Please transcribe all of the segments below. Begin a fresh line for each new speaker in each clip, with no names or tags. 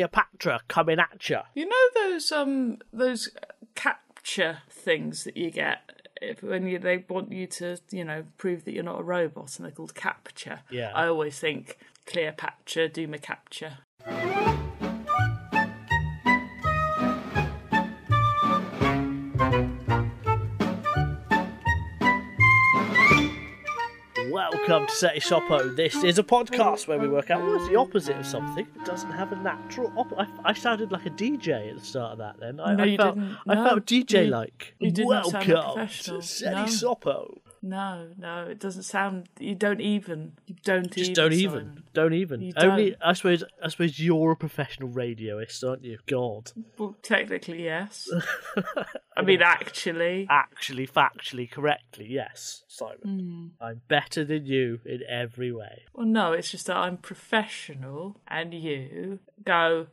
Cleopatra coming at you.
You know those um those capture things that you get if when you, they want you to you know prove that you're not a robot and they're called capture.
Yeah.
I always think Cleopatra, do my capture.
Welcome to Seti Shoppo. This is a podcast where we work out what's the opposite of something. It doesn't have a natural. Op- I, I sounded like a DJ at the start of that. Then I,
No,
I
you
felt
didn't.
I
No.
felt DJ like.
You- you did not
Welcome
sound professional.
to Seti
No.
Shoppo.
No, no, it doesn't sound. You don't even. You don't even.
Just don't even.
Simon.
Don't even.
You
Only I suppose. I suppose you're a professional radioist, aren't you? God,
Well, technically, yes. I mean, actually,
actually, factually, correctly, yes, Simon.
Hmm.
I'm better than you in every way.
well, no. It's just that I'm professional, and you go.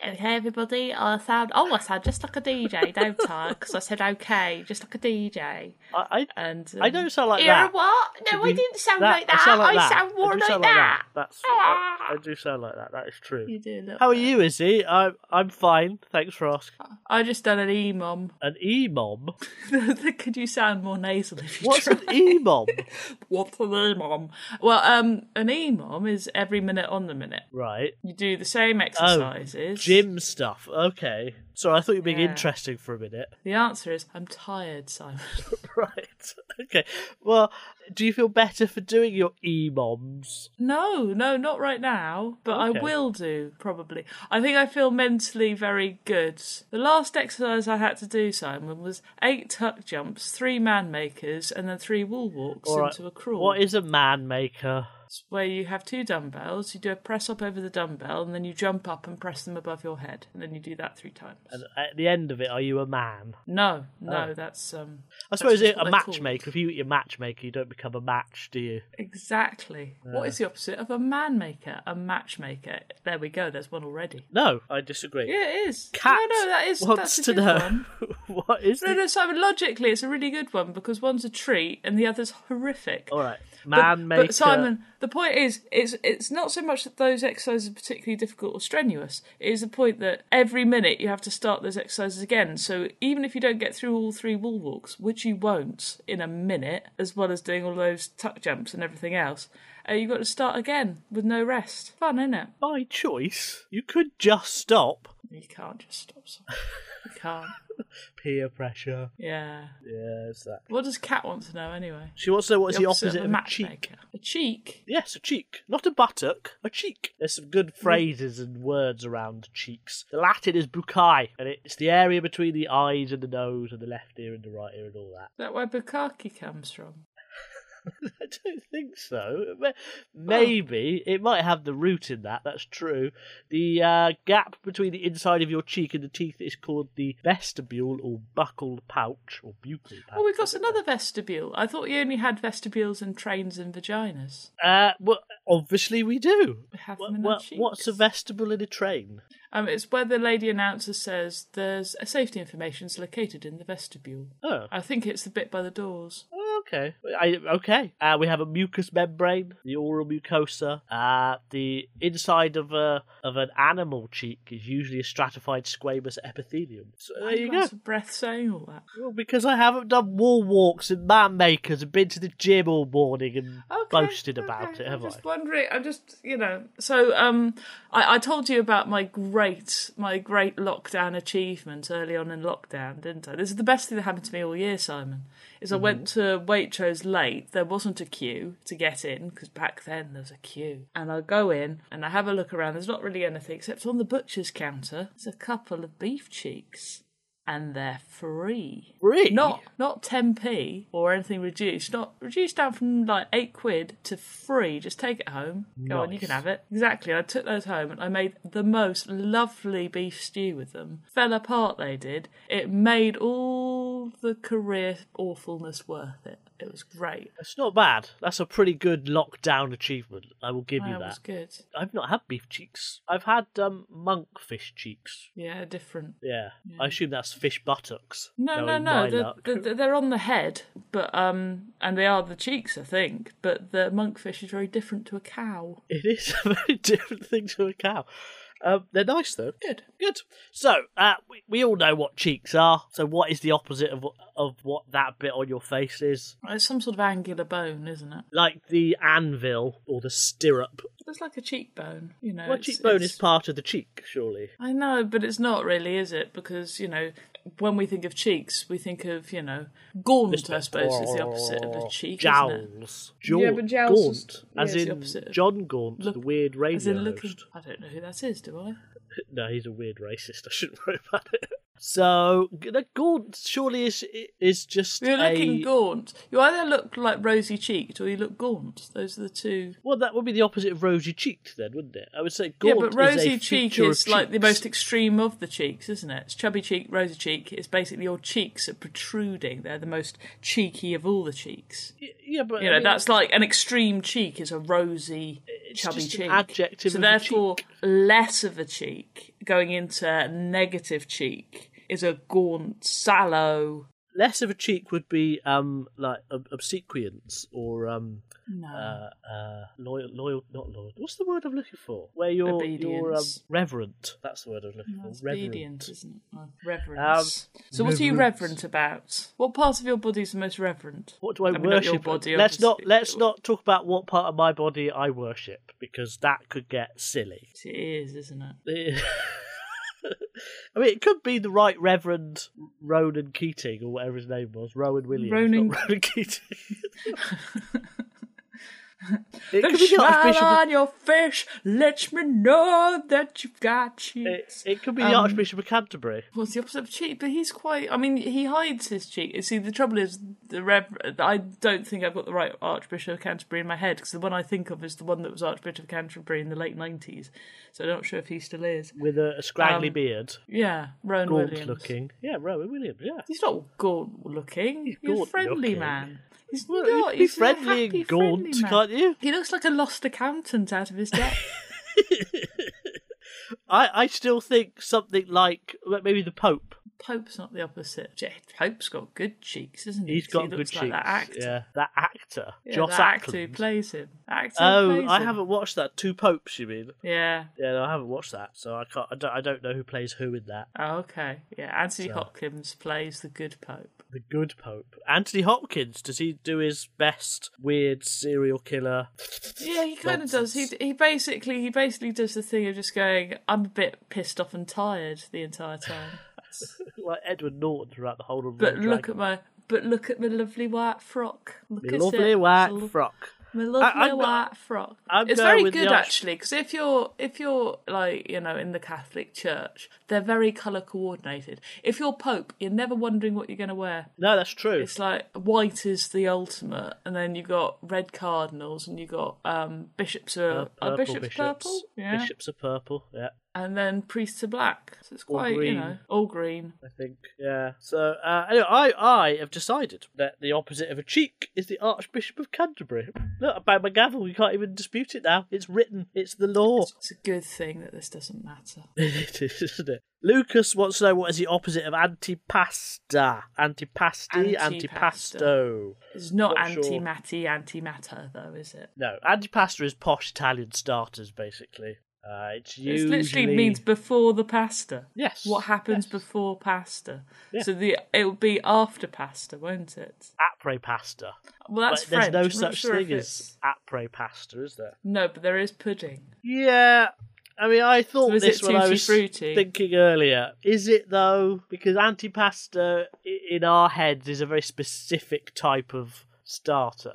Okay, everybody. I sound. Oh, I sound just like a DJ, don't I? Because I said okay, just like a DJ.
I. I
And uh,
I don't sound like
you
that.
know what? No, I
We-
didn't sound
that-
like that. I sound, more
do
like,
sound
that. Ah.
That's, I, I do sound like that. That is true.
You do. Oh. Look.
How are you, Izzy? I'm I'm fine. Thanks for asking.
I just done an e mom.
An e-mom.
Could you sound more nasal if you
What's
tried?
an e-mom?
What's an e-mom? Well, um, an e-mom is every minute on the minute.
right.
You do the
Oh,
same exercises.
Gym stuff. Okay. Sorry, I thought you were being
Yeah.
interesting for a minute.
The answer is I'm tired, Simon.
Right. Okay. Well, do you feel better for doing your e-moms?
no, no, not right now, but
Okay.
I will do probably. I think I feel mentally very good. The last exercise I had to do, Simon, was eight tuck jumps, three man makers, and then three wall walks
All right.
into a crawl.
What is a man maker?
It's where you have two dumbbells, you do a press up over the dumbbell, and then you jump up and press them above your head, and then you do that three times.
And at the end of it, are you a man?
No, no, that's um
Oh. I suppose
just
it,
what
a
they're called.
matchmaker. If you eat your matchmaker, you don't become a match, do you?
exactly. What is the opposite of a man maker? A matchmaker. There we go. There's one already.
No, I disagree.
Yeah, it is.
Cat
no, no, that is
wants
that's a
to
good
know
one.
what is
No,
it?
no, Simon. Logically, it's a really good one because one's a treat and the other's horrific.
All right,
But-
man
but,
maker.
Simon, the point is, it's it's not so much that those exercises are particularly difficult or strenuous. It is the point that every minute you have to start those exercises again. So even if you don't get through all three wall walks, which you won't in a minute, as well as doing all those tuck jumps and everything else, uh, you've got to start again with no rest. Fun, isn't it?
by choice, you could just stop.
You can't just stop. Simon. You can't.
Peer pressure.
Yeah.
Yeah, it's that.
What does Kat want to know anyway?
She wants to know what's the opposite, of,
of
a cheek.
matchmaker. A cheek.
Yes, a cheek. Not a buttock, a cheek. There's some good
Hmm.
phrases and words around cheeks. The Latin is bucae, and it's the area between the eyes and the nose and the left ear and the right ear and all that.
Is that where bukkake comes from?
I don't think so. Ma- Maybe. It might have the root in that, that's true. The uh, gap between the inside of your cheek and the teeth is called the vestibule or buccal pouch or buccal pouch.
Oh, we've got another vestibule. I thought you only had vestibules and trains and vaginas.
Uh, well, obviously we do.
We have
Wha-
them in
wha-
our cheeks.
what's a vestibule in a train?
Um, it's where the lady announcer says there's a safety information's located in the vestibule.
Oh.
I think it's the bit by the doors.
Oh, Okay. I, okay. Uh, we have a mucous membrane, the oral mucosa. Uh, the inside of a of an animal cheek is usually a stratified squamous epithelium. So there you go.
Lots of breath saying all that.
Well, because I haven't done wall walks and man makers and been to the gym all morning and
Okay,
boasted about
okay.
it, have
I'm just
I?
wondering. I'm just, you know. So, um, I, I told you about my great, my great lockdown achievement early on in lockdown, didn't I? This is the best thing that happened to me all year, Simon. Is I
Mm-hmm.
went to Waitrose late. There wasn't a queue to get in because back then there was a queue, and I go in and I have a look around. There's not really anything except on the butcher's counter. There's a couple of beef cheeks, and they're free.
Free?
Not not 10p or anything reduced. Not reduced down from like eight quid to free. Just take it home. Go on, you
Nice.
can have it. Exactly. I took those home and I made the most lovely beef stew with them. Fell apart. They did. It made all the career awfulness worth it. It was great.
It's not bad. That's a pretty good lockdown achievement. I will give you
That
that.
was good.
I've not had beef cheeks. I've had um, monkfish cheeks.
Yeah, different.
Yeah. I assume that's fish buttocks.
No, no,
knowing my
no. They're,
luck.
they're, they're on the head, but um, and they are the cheeks, I think. But the monkfish is very different to a cow.
It is a very different thing to a cow. Um, they're nice though.
Good.
Good. So uh, we, we all know what cheeks are. So what is the opposite of of what that bit on your face is?
It's some sort of angular bone, isn't it?
Like the anvil or the stirrup.
It's like a cheekbone, you know.
Well,
Oh, it's-
cheekbone
it's-
is part of the cheek, surely.
I know, but it's not really, is it? Because, you know, when we think of cheeks, we think of, you know, gaunt, I suppose, is the opposite of
Oh,
a cheek. Isn't it?
Jowls. Jaunt.
Yeah, but jowls is-
Gaunt.
yeah,
as
it's the
in
opposite of-
John Gaunt,
Look-
the weird radio
As in, look,
host.
I don't know who that is, do I?
No, he's a weird racist. I shouldn't worry about it. So the Gaunt surely is is just
You're
a-
looking gaunt. You either look like rosy cheeked or you look gaunt. Those are the two.
Well, that would be the opposite of rosy cheeked, then, wouldn't it? I would say
Yeah,
gaunt
but
is
rosy
a
cheek
feature of
is like the
cheeks.
most extreme of the cheeks, isn't it? It's chubby cheek, rosy cheek. It's basically your cheeks are protruding. They're the most cheeky of all the cheeks.
Y- Yeah, but
You
I
know,
mean,
that's like an extreme cheek is a rosy, chubby
just an
cheek.
adjective
so
of a
therefore, less of a cheek going into negative cheek is a gaunt, sallow.
less of a cheek would be um like ob- obsequience or um
No.
uh, uh loyal loyal not loyal. What's the word I'm looking for? Where you're you're um,
Obedience.
reverent. That's the word I'm looking
That's
for. Reverent. Um,
obedience, isn't it? Oh, reverence. so, what are you
reverence.
reverent about? What part of your body is the most reverent?
What do I,
mean, not your
worship?
body,
let's not
obviously.
let's not talk about what part of my body I worship because that could get silly.
It is, isn't it?
I mean, it could be the right Reverend Ronan Keating or whatever his name was, Rowan Williams,
Ronan-
not Ronan Keating. it could
Then
be the
smile
Archbishop. Of,
on your fish. Let me know that you've got
it,
cheeks.
it could be the
Um,
Archbishop of Canterbury.
What's the opposite of cheek? But he's quite. I mean, he hides his cheek. You See, the trouble is, the reverend. I don't think I've got the right Archbishop of Canterbury in my head because the one I think of is the one that was Archbishop of Canterbury in the late nineties. So I'm not sure if he still is.
With a, a scraggly
um,
beard,
Yeah, Rowan
gaunt
Williams.
looking. Yeah, Rowan Williams. Yeah,
He's not gaunt looking. He's, a
gaunt
friendly
looking.
man. He's
Well, you
not.
can be
he's a
friendly
happy,
and gaunt,
friendly man.
can't you?
He looks like a lost accountant out of his depth.
I, I still think something like well, maybe the Pope.
Pope's not the opposite. J- Pope's got good cheeks, isn't he?
He's
'Cause
got
he
good
looks
cheeks.
Like that actor.
Yeah, that actor,
Yeah,
Joss
that actor who
Ackland.
plays him. Actor who
Oh,
plays
I
him.
haven't watched that. Two popes, you mean?
Yeah.
Yeah, no, I haven't watched that, so I can't. I don't, I don't know who plays who in that.
Oh, okay. Yeah. Anthony
So-
Hopkins plays the good Pope.
The good Pope, Anthony Hopkins. Does he do his best weird serial killer?
Yeah, he kind of does. He he basically he basically does the thing of just going. I'm a bit pissed off and tired the entire time.
like Edward Norton throughout the whole of.
But
Red
look at
Dragon.
my but look at my lovely white frock. Look
My
at
lovely
it.
white
It's a lo-
frock.
My
I-
lovely
I'm
white
not-
frock.
I'm
it's
going
very
with the
good
arch-
actually, because if you're if you're like you know in the Catholic Church, they're very colour coordinated. If you're Pope, you're never wondering what you're going to wear.
No, that's true.
It's like white is the ultimate, and then you got red cardinals, and you got um, bishops are, are bishops, purple, yeah,
Bishops are purple. Yeah.
and then priests are black. So it's
Or
quite you
green.
know all green.
I think, yeah. So uh, anyway, I I have decided that the opposite of a cheek is the Archbishop of Canterbury. Look, I banged my gavel. You can't even dispute it now. It's written. It's the law.
It's a good thing that this doesn't matter.
it is, isn't it? Lucas wants to know what is the opposite of antipasta. Antipasti,
Antipasta.
antipasto.
It's not
Not sure.
anti-matty, anti-matter though, is it?
No, antipasta is posh Italian starters, basically. Uh, it's
It
usually
literally means before the pasta.
Yes,
What happens
yes.
before pasta?
Yeah.
So the it'll be after pasta, won't it?
apres pasta.
Well, that's
but there's
French.
no
I'm not
such
sure
thing as
if it's-
apres pasta, is there?
No, but there is pudding.
Yeah. I mean, I thought
So is
this
it
when I
tutti
was
frutti?
thinking earlier. Is it though? Because antipasta i- in our heads is a very specific type of starter,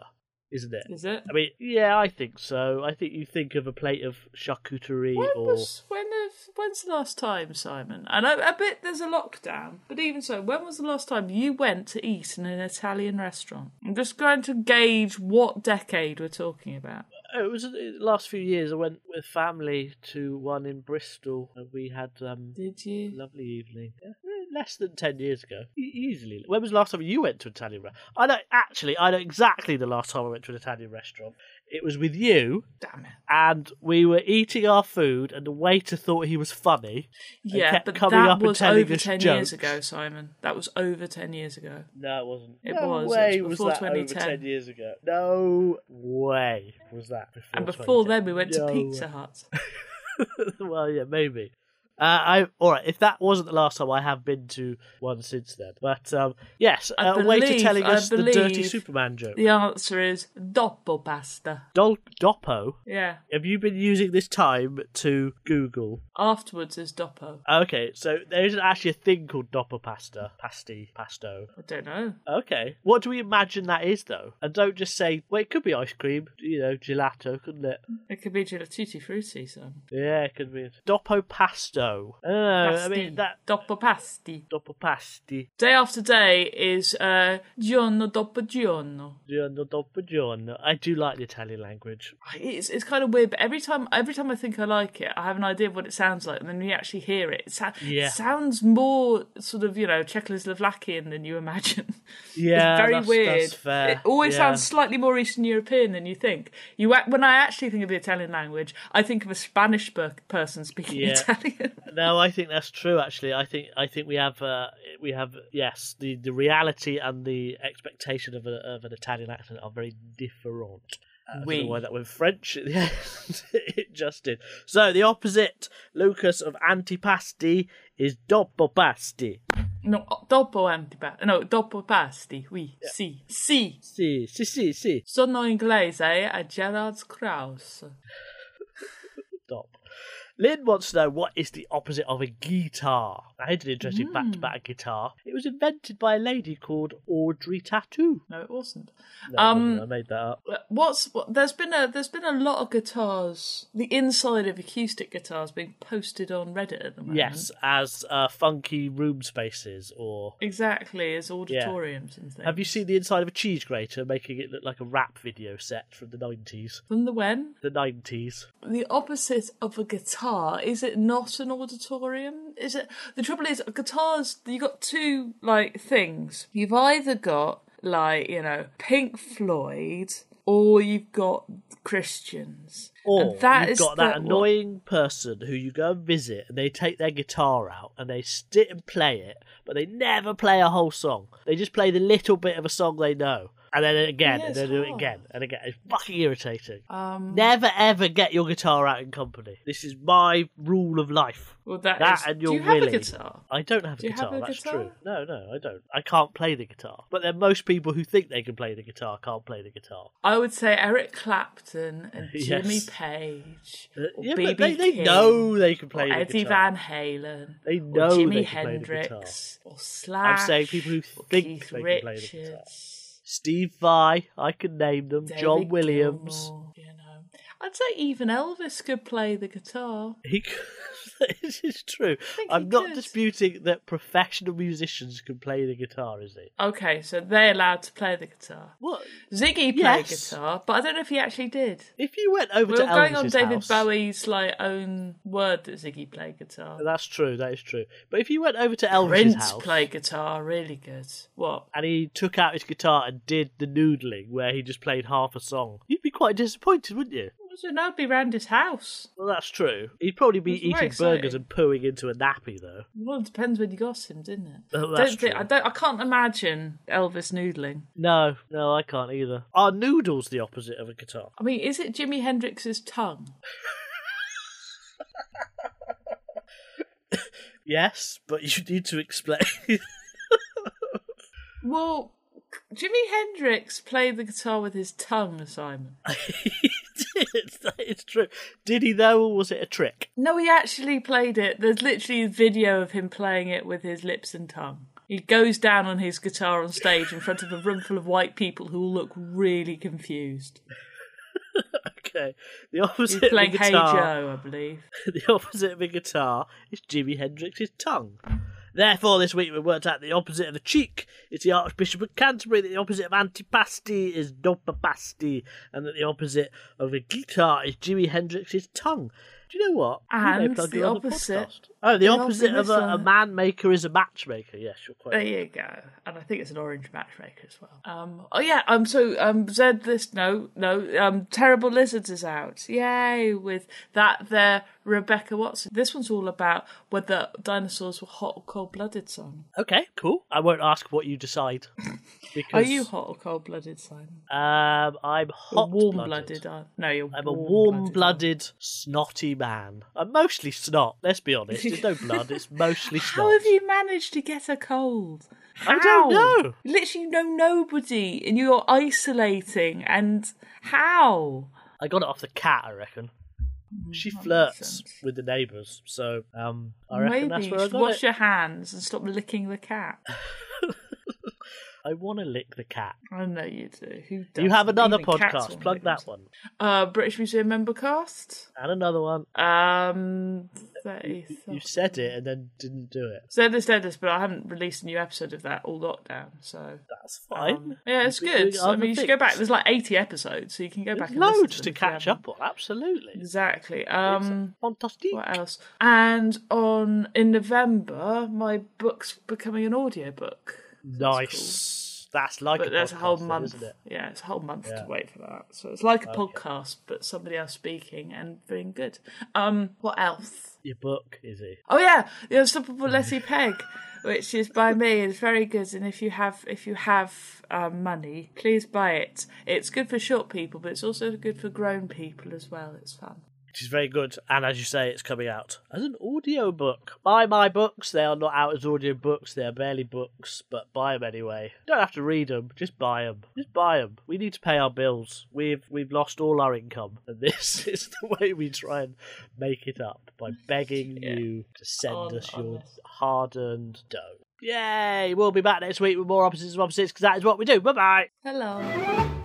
isn't it?
Is it?
I mean, yeah, I think so. I think you think of a plate of charcuterie
When
or
was when have, when's the last time, Simon? And I, I bet there's a lockdown, but even so, when was the last time you went to eat in an Italian restaurant? I'm just going to gauge what decade we're talking about.
Oh, it was the last few years. I went with family to one in Bristol, and we had um,
Did
a
you?
lovely evening. Yeah, eh, Less than ten years ago, E- easily. When was the last time you went to an Italian restaurant? I know actually. I know exactly the last time I went to an Italian restaurant. It was with you,
Damn it.
and we were eating our food, and the waiter thought he was funny. and
Yeah,
kept
but
coming
that
up and
was
telling
over
us
ten
jokes.
years ago, Simon. That was over ten years ago.
No, it wasn't.
It
no
was. It
Way
was
was,
before
that over
2010.
ten years ago? No way was that before.
And before
2010.
then, we went to
No
Pizza Hut.
well, yeah, maybe. Uh, I all right. If that wasn't the last time, I have been to one since then. But um, yes,
I
uh, way to
believe-
telling
I
us the dirty
believe-
Superman joke.
The answer is doppelpasta.
Dol- Doppo,
Yeah.
have you been using this time to Google?
Afterwards is doppo.
Okay, so there isn't actually a thing called Doppo pasta, pasty, pasto.
I don't know.
Okay, what do we imagine that is though? And don't just say, well, it could be ice cream, you know, gelato, couldn't it?
It could be gelatutti frutti. So.
Yeah, it could be Doppo pasto. I don't know. I mean that
Doppopasti.
Doppo pasti.
Day after day is uh, giorno dopo giorno.
Giorno dopo giorno. I do like the Italian language.
It's it's kind of weird, but every time every time I think I like it, I have an idea of what it sounds like, and then when you actually hear it, it, sou-
Yeah.
it sounds more sort of you know Czechoslovakian than you imagine.
Yeah,
it's very
that's,
weird.
That's fair.
It always
Yeah.
sounds slightly more Eastern European than you think. You act- when I actually think of the Italian language, I think of a Spanish per- person speaking
Yeah.
Italian.
No, I think that's true. Actually, I think I think we have uh, we have yes, the, the reality and the expectation of, a, of an Italian accent are very different. Uh, I don't
Oui.
know why that went French. at the end. it just did. So the opposite locus of antipasti is doppopasti.
No, dopo antipasti. No, dopo pasti. Oui, sì, sì.
Si, si, si, si.
Sono inglese eh? a Gerard Krauss.
Stop. Lynn wants to know what is the opposite of a guitar. I had an interesting fact about a guitar. It was invented by a lady called Audrey Tattoo.
No, it wasn't. Uh,
No, it wasn't. I made that up.
What's what, there's been a there's been a lot of guitars, the inside of acoustic guitars being posted on Reddit at the moment.
Yes, as uh, funky room spaces or.
exactly as auditoriums and things.
Have you seen the inside of a cheese grater making it look like a rap video set from the 90s?
From the when
The 90s.
the opposite of a guitar is it not an auditorium? Is it the trouble is guitars? You got two like things. You've either got like you know Pink Floyd or you've got Christians.
Or
and that
you've
is
got that
the-
annoying person who you go and visit and they take their guitar out and they sit and play it, but they never play a whole song. They just play the little bit of a song they know. And then again,
Yeah,
and
it's
then do it
hard.
again, and again. It's fucking irritating. Um, never ever get your guitar out in company. This is my rule of life.
Well, that,
That
is-
and
do
your
you have
willy.
a guitar?
I don't have a
Do you
guitar.
have a
that's
guitar?
true. No, no, I don't. I can't play the guitar. But then most people who think they can play the guitar can't play the guitar.
I would say Eric Clapton and
Yes.
Jimmy Page.
Uh,
or
yeah,
BB
but they, they
King,
know they can
or
play the
Eddie
guitar.
Van Halen.
They
or
know
Jimi
they can play the guitar.
Hendrix. Or Slash.
saying people who
or
think
Keith
they can play the
Richards.
guitar. Steve Vai, I can name them.
David
John Williams.
Gilmour, you know. I'd say even Elvis could play the guitar.
He could. this is true.
think
I'm
he
not
could.
disputing that professional musicians can play the guitar, is it?
Okay, so they're allowed to play the guitar.
What
Ziggy played
Yes.
guitar, but I don't know if he actually did.
if you went over
We
to
were going on
Elvis's
David
house-
Bowie's like own word that Ziggy played guitar.
That's true. That is true. But if you went over to Elvis's
Prince
house
played guitar really good. What?
and he took out his guitar and did the noodling, where he just played half a song, you'd be quite disappointed, wouldn't you?
So now be round his house.
Well, that's true. He'd probably be
It's more
eating burgers
exciting.
and pooing into a nappy, though.
Well, it depends when you got him, didn't it?
Oh,
don't
that's
think-
true.
I don't. I can't imagine Elvis noodling.
No, no, I can't either. Are noodles the opposite of a guitar?
I mean, is it Jimi Hendrix's tongue?
Yes, but you need to explain.
Well, Jimi Hendrix played the guitar with his tongue, Simon.
it's, it's true. Did he though, or was it a trick?
No, he actually played it. There's literally a video of him playing it with his lips and tongue. He goes down on his guitar on stage in front of a room full of white people who all look really confused.
Okay, the opposite of
He's
a
playing Hey
guitar.
Joe, I believe.
the opposite of a guitar is Jimi Hendrix's tongue. Therefore, this week we worked out the opposite of a cheek is the Archbishop of Canterbury, that the opposite of antipasti is dopapasti, and that the opposite of a guitar is Jimi Hendrix's tongue. Do you know what? We may
And
plug
the
it on
opposite-
podcast. Oh, the
the
opposite of a,
opposite- Uh,
a man maker is a matchmaker. Yes, you're quite
There
right.
you go. And I think it's an orange matchmaker as well. Um, oh yeah. Um. So um. Zed this. No. No. Um. Terrible lizards is out. Yay! With that there Rebecca Watson. This one's all about whether dinosaurs were hot or cold blooded, Simon.
Okay, cool. I won't ask what you decide. Because,
Are you hot or cold blooded, Simon?
Um, I'm hot
warm blooded. No, you're
I'm a warm blooded, snotty man. I'm mostly snot, let's be honest. There's no blood, it's mostly snot.
How have you managed to get a cold?
I don't
How?
know.
Literally, you know nobody, and you're isolating. And how?
I got it off the cat, I reckon.
Mm,
She flirts with the neighbours, so um, I reckon
Maybe
that's
you
where I
should
got
wash
it.
your hands and stop licking the cat.
I want to lick the cat.
I know you do. Who does?
You have another podcast. Plug that one.
Uh, British Museum member cast.
And another one.
Um, thirty.
You said it and then didn't do it.
Said this, said this, but I haven't released a new episode of that all lockdown. So
That's fine.
yeah, it's
You've been
good.
doing
I
other
mean, you should go back.
things.
There's like eighty episodes, so you can go back. and listen
Loads to
them if you
catch up
haven't.
on. Absolutely.
Exactly. Um,
Fantastic.
what else? And on in November, my book's becoming an audiobook.
Nice. That's like
But
a
that's a
podcast
whole
then,
month.
isn't it?
Yeah, it's a whole month
Yeah.
to wait for that. So it's like a podcast, but somebody else speaking and doing good. Um, what else?
Your book, is it?
Oh yeah, the Unstoppable Letty Peg, which is by me. It's very good, and if you have if you have um, money, please buy it. It's good for short people, but it's also good for grown people as well. It's fun.
Which is very good. And as you say, it's coming out as an audio book. Buy my books. They are not out as audio books. They are barely books, but buy them anyway. You don't have to read them. Just buy them. Just buy them. We need to pay our bills. We've we've lost all our income, and this is the way we try and make it up by begging you to send
On-
us your
honest.
hard-earned dough. Yay! We'll be back next week with more opposites of opposites because that is what we do. Bye bye.
Hello.